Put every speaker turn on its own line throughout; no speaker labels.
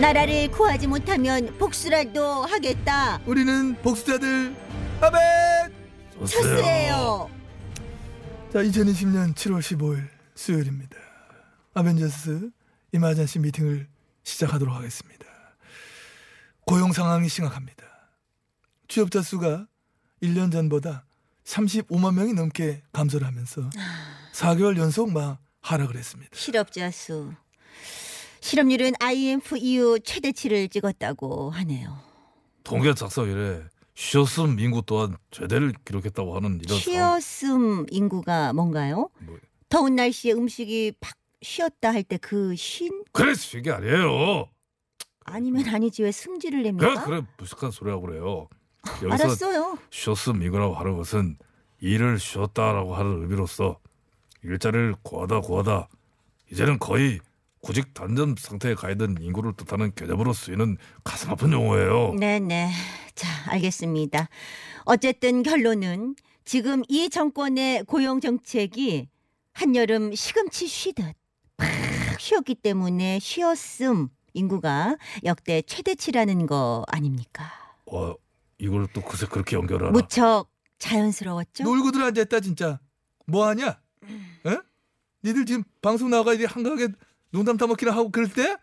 나라를 구하지 못하면 복수라도 하겠다.
우리는 복수자들 아멘.
첫수예요.
자, 2020년 7월 15일 수요일입니다. 아벤져스 이마전시 미팅을 시작하도록 하겠습니다. 고용 상황이 심각합니다. 취업자 수가 1년 전보다 35만 명이 넘게 감소를 하면서 4개월 연속 막 하락을 했습니다.
실업자 수. 실업률은 IMF 이후 최대치를 찍었다고 하네요.
통계 작성 이래 쉬었음 인구 또한 최대를 기록했다고 하는 이런 상황.
쉬었음 인구가 뭔가요?
뭐-
더운 날씨에 음식이 팍 쉬었다 할 때 그 쉰?
그래서 이게 아니에요.
아니면 아니지 왜 승질을
뭐. 그래
냅니까?
그래 무식한 소리하고 그래요. 여기서
아, 알았어요.
쉬었음 이거라고 하는 것은 일을 쉬었다라고 하는 의미로서 일자리를 구하다 구하다 이제는 거의 구직 단점 상태에 가 있는 인구를 뜻하는 개념으로 쓰이는 가슴 아픈 용어예요.
네네. 자, 알겠습니다. 어쨌든 결론은 지금 이 정권의 고용 정책이 한여름 시금치 쉬듯 팍 쉬었기 때문에 쉬었음 인구가 역대 최대치라는 거 아닙니까?
와 어, 이걸 또 그새 그렇게 연결하나?
뭐 무척 자연스러웠죠?
놀고들 앉아있다 진짜. 뭐하냐? 에? 니들 지금 방송 나가 이리 한가하게 농담 타먹기나 하고 그럴 때?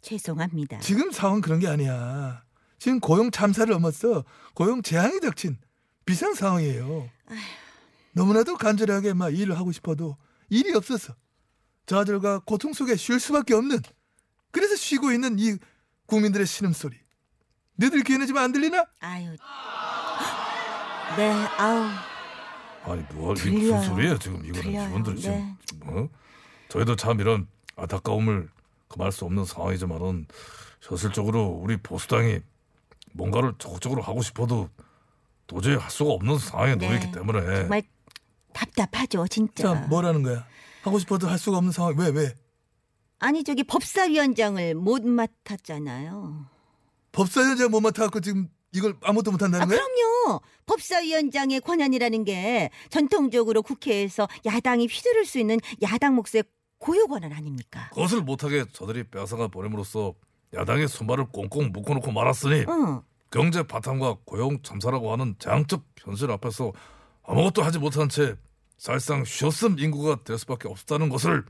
죄송합니다.
지금 상황 그런 게 아니야. 지금 고용 참사를 넘어서 고용 재앙이 닥친 비상 상황이에요.
아휴.
너무나도 간절하게 막 일을 하고 싶어도 일이 없어서 좌절과 고통 속에 쉴 수밖에 없는 그래서 쉬고 있는 이 국민들의 신음소리. 너희들 귀에는 지금 안 들리나?
아유. 네, 아우.
아니 뭐 이게
들려요.
무슨 소리예요 지금 이거는
들려요.
직원들 지금
네.
뭐? 저희도 참 이런 안타까움을 금할 수 없는 상황이지만은 현실적으로 우리 보수당이 뭔가를 적극적으로 하고 싶어도 도저히 할 수가 없는 상황에
네.
놓여있기 때문에
정말 답답하죠, 진짜.
자, 뭐라는 거야? 하고 싶어도 할 수가 없는 상황. 왜 왜?
아니, 저기 법사위원장을 못 맡았잖아요.
법사위원장 못 맡아갖고 지금 이걸 아무것도 못한다는
아,
거야?
그럼요. 법사위원장의 권한이라는 게 전통적으로 국회에서 야당이 휘두를 수 있는 야당 몫의 고유 권한 아닙니까?
그것을 못하게 저들이 빼앗아가 버림으로써 야당의 손발을 꽁꽁 묶어놓고 말았으니
응.
경제 바탕과 고용 참사라고 하는 재앙적 현실 앞에서 아무것도 하지 못한 채 사실상 쉬었음 인구가 될 수밖에 없다는 것을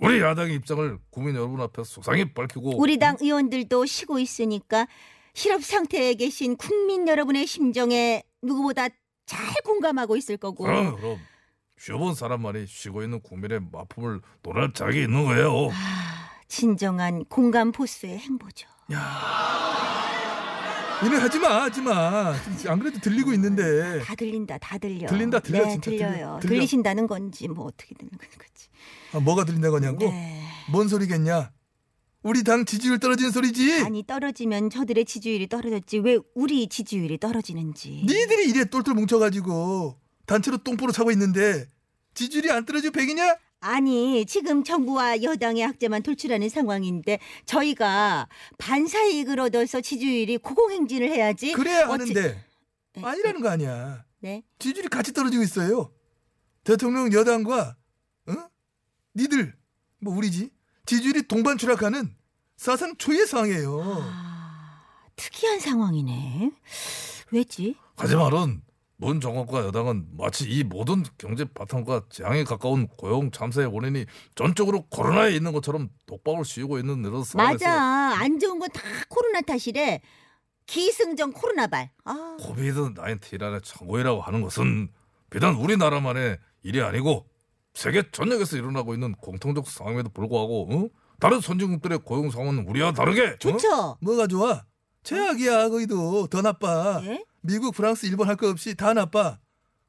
우리 야당의 입장을 국민 여러분 앞에 소상히 밝히고
우리 당 의원들도 쉬고 있으니까 실업 상태에 계신 국민 여러분의 심정에 누구보다 잘 공감하고 있을 거고.
아,
어.
그럼 그럼 쉬어본 사람만이 쉬고 있는 국민의 마품을 논할 자격이 있는 거예요.
아, 진정한 공감 포스의 행보죠.
일을 하지 마, 아, 하지 마. 지금 안 그래도 들리고 있는데.
다 들린다, 다 들려.
네. 들린다, 들려,
네,
진짜
들려요.
들려, 들려.
들리신다는 건지 뭐 어떻게 되는 건지.
아, 뭐가 들린다 거냐고?
네.
뭔 소리겠냐? 우리 당 지지율 떨어지는 소리지.
아니 떨어지면 저들의 지지율이 떨어졌지 왜 우리 지지율이 떨어지는지.
니들이 이래 똘똘 뭉쳐가지고 단체로 똥보로 차고 있는데 지지율이 안 떨어지고 백이냐?
아니 지금 정부와 여당의 학제만 돌출하는 상황인데 저희가 반사이익을 얻어서 지지율이 고공행진을 해야지.
그래야
어찌-
하는데
네,
아니라는 거 아니야.
네.
지지율이 같이 떨어지고 있어요. 대통령 여당과 응? 니들 뭐 우리지 지지율이 동반 추락하는 사상 초유의 상황이에요.
아, 특이한 상황이네. 왜지?
하지만은 문 정권과 여당은 마치 이 모든 경제 바탕과 재앙에 가까운 고용 참사의 원인이 전적으로 코로나에 있는 것처럼 독박을 씌우고 있는 이런 상황에서
맞아. 안 좋은 건 다 코로나 탓이래. 기승전 코로나발.
어?
아,
코비드 19이라는 창고이라고 하는 것은 비단 우리나라만의 일이 아니고 세계 전역에서 일어나고 있는 공통적 상황에도 불구하고 어? 다른 선진국들의 고용 상황은 우리와 다르게 어?
좋죠.
뭐가 좋아? 최악이야 거기도 더 나빠.
예?
미국, 프랑스, 일본 할 거 없이 다 나빠.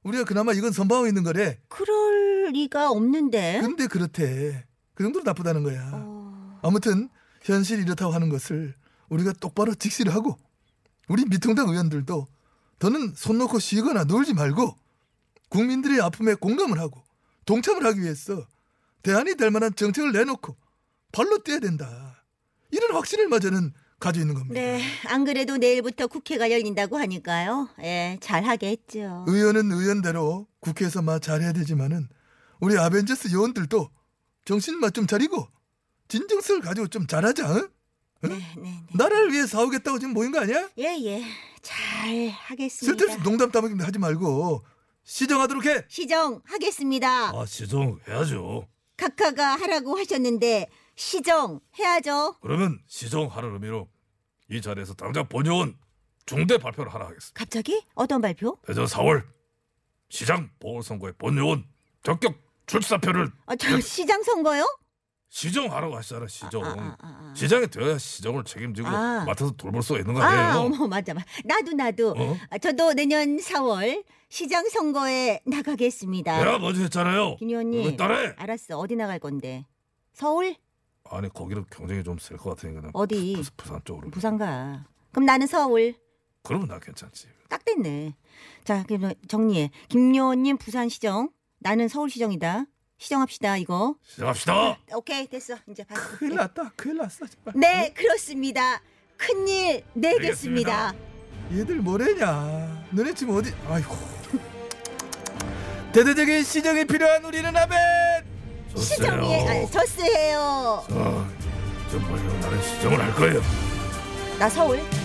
우리가 그나마 이건 선방하고 있는 거래.
그럴 리가 없는데.
근데 그렇대. 그 정도로 나쁘다는 거야.
예? 어,
아무튼 현실이 이렇다고 하는 것을 우리가 똑바로 직시를 하고 우리 미통당 의원들도 더는 손 놓고 쉬거나 놀지 말고 국민들의 아픔에 공감을 하고 동참을 하기 위해서 대안이 될 만한 정책을 내놓고 발로 뛰어야 된다. 이런 확신을 마저는 가지고 있는 겁니다.
네, 안 그래도 내일부터 국회가 열린다고 하니까요. 예, 잘 하겠죠.
의원은 의원대로 국회에서 막 잘해야 되지만은 우리 아벤져스 요원들도 정신 맛 좀 차리고 진정성을 가지고 좀 잘하자. 응? 그
네, 네, 네.
나라를 위해 싸우겠다고 지금 모인 거 아니야?
예, 예. 잘 하겠습니다.
쓸데없이 농담 따먹기 하지 말고 시정하도록 해.
시정하겠습니다.
아 시정 해야죠.
각하가 하라고 하셨는데 시정 해야죠.
그러면 시정하는 의미로 이 자리에서 당장 본요원 중대 발표를 하라 하겠습니다.
갑자기 어떤 발표?
대전 4월 시장 보궐선거에 본요원 적격 출사표를
아, 저 시장 선거요?
시정하라고 네. 하시잖아 시정.
아, 아, 아, 아.
시장이 되어야 시정을 책임지고
아.
맡아서 돌볼 수 있는 거
아,
아니에요?
어머 맞아 맞아. 나도 나도.
어?
아, 저도 내년 4월 시장 선거에 나가겠습니다.
내가 먼저 했잖아요.
김 의원님.
왜 따라해?
알았어. 어디 나갈 건데? 서울?
아니 거기는 경쟁이 좀 셀 것 같으니까 그냥
어디?
부- 부산 쪽으로.
부산 가. 그럼 나는 서울.
그러면 나 괜찮지.
딱 됐네. 자, 그럼 정리해. 김요원님 부산 시정, 나는 서울 시정이다. 시정합시다 이거.
시작합시다.
오케이 됐어. 이제 봤어.
큰일 났다. 큰일 났어. 정말.
네 그렇습니다. 큰일 내겠습니다.
얘들 뭐래냐. 너네 지금 어디? 아이고. 대대적인 시정이 필요한 우리는 아벤.
시정이 아, 저스예요.
아, 정말 나는 시정을 할 거예요.
나 서울.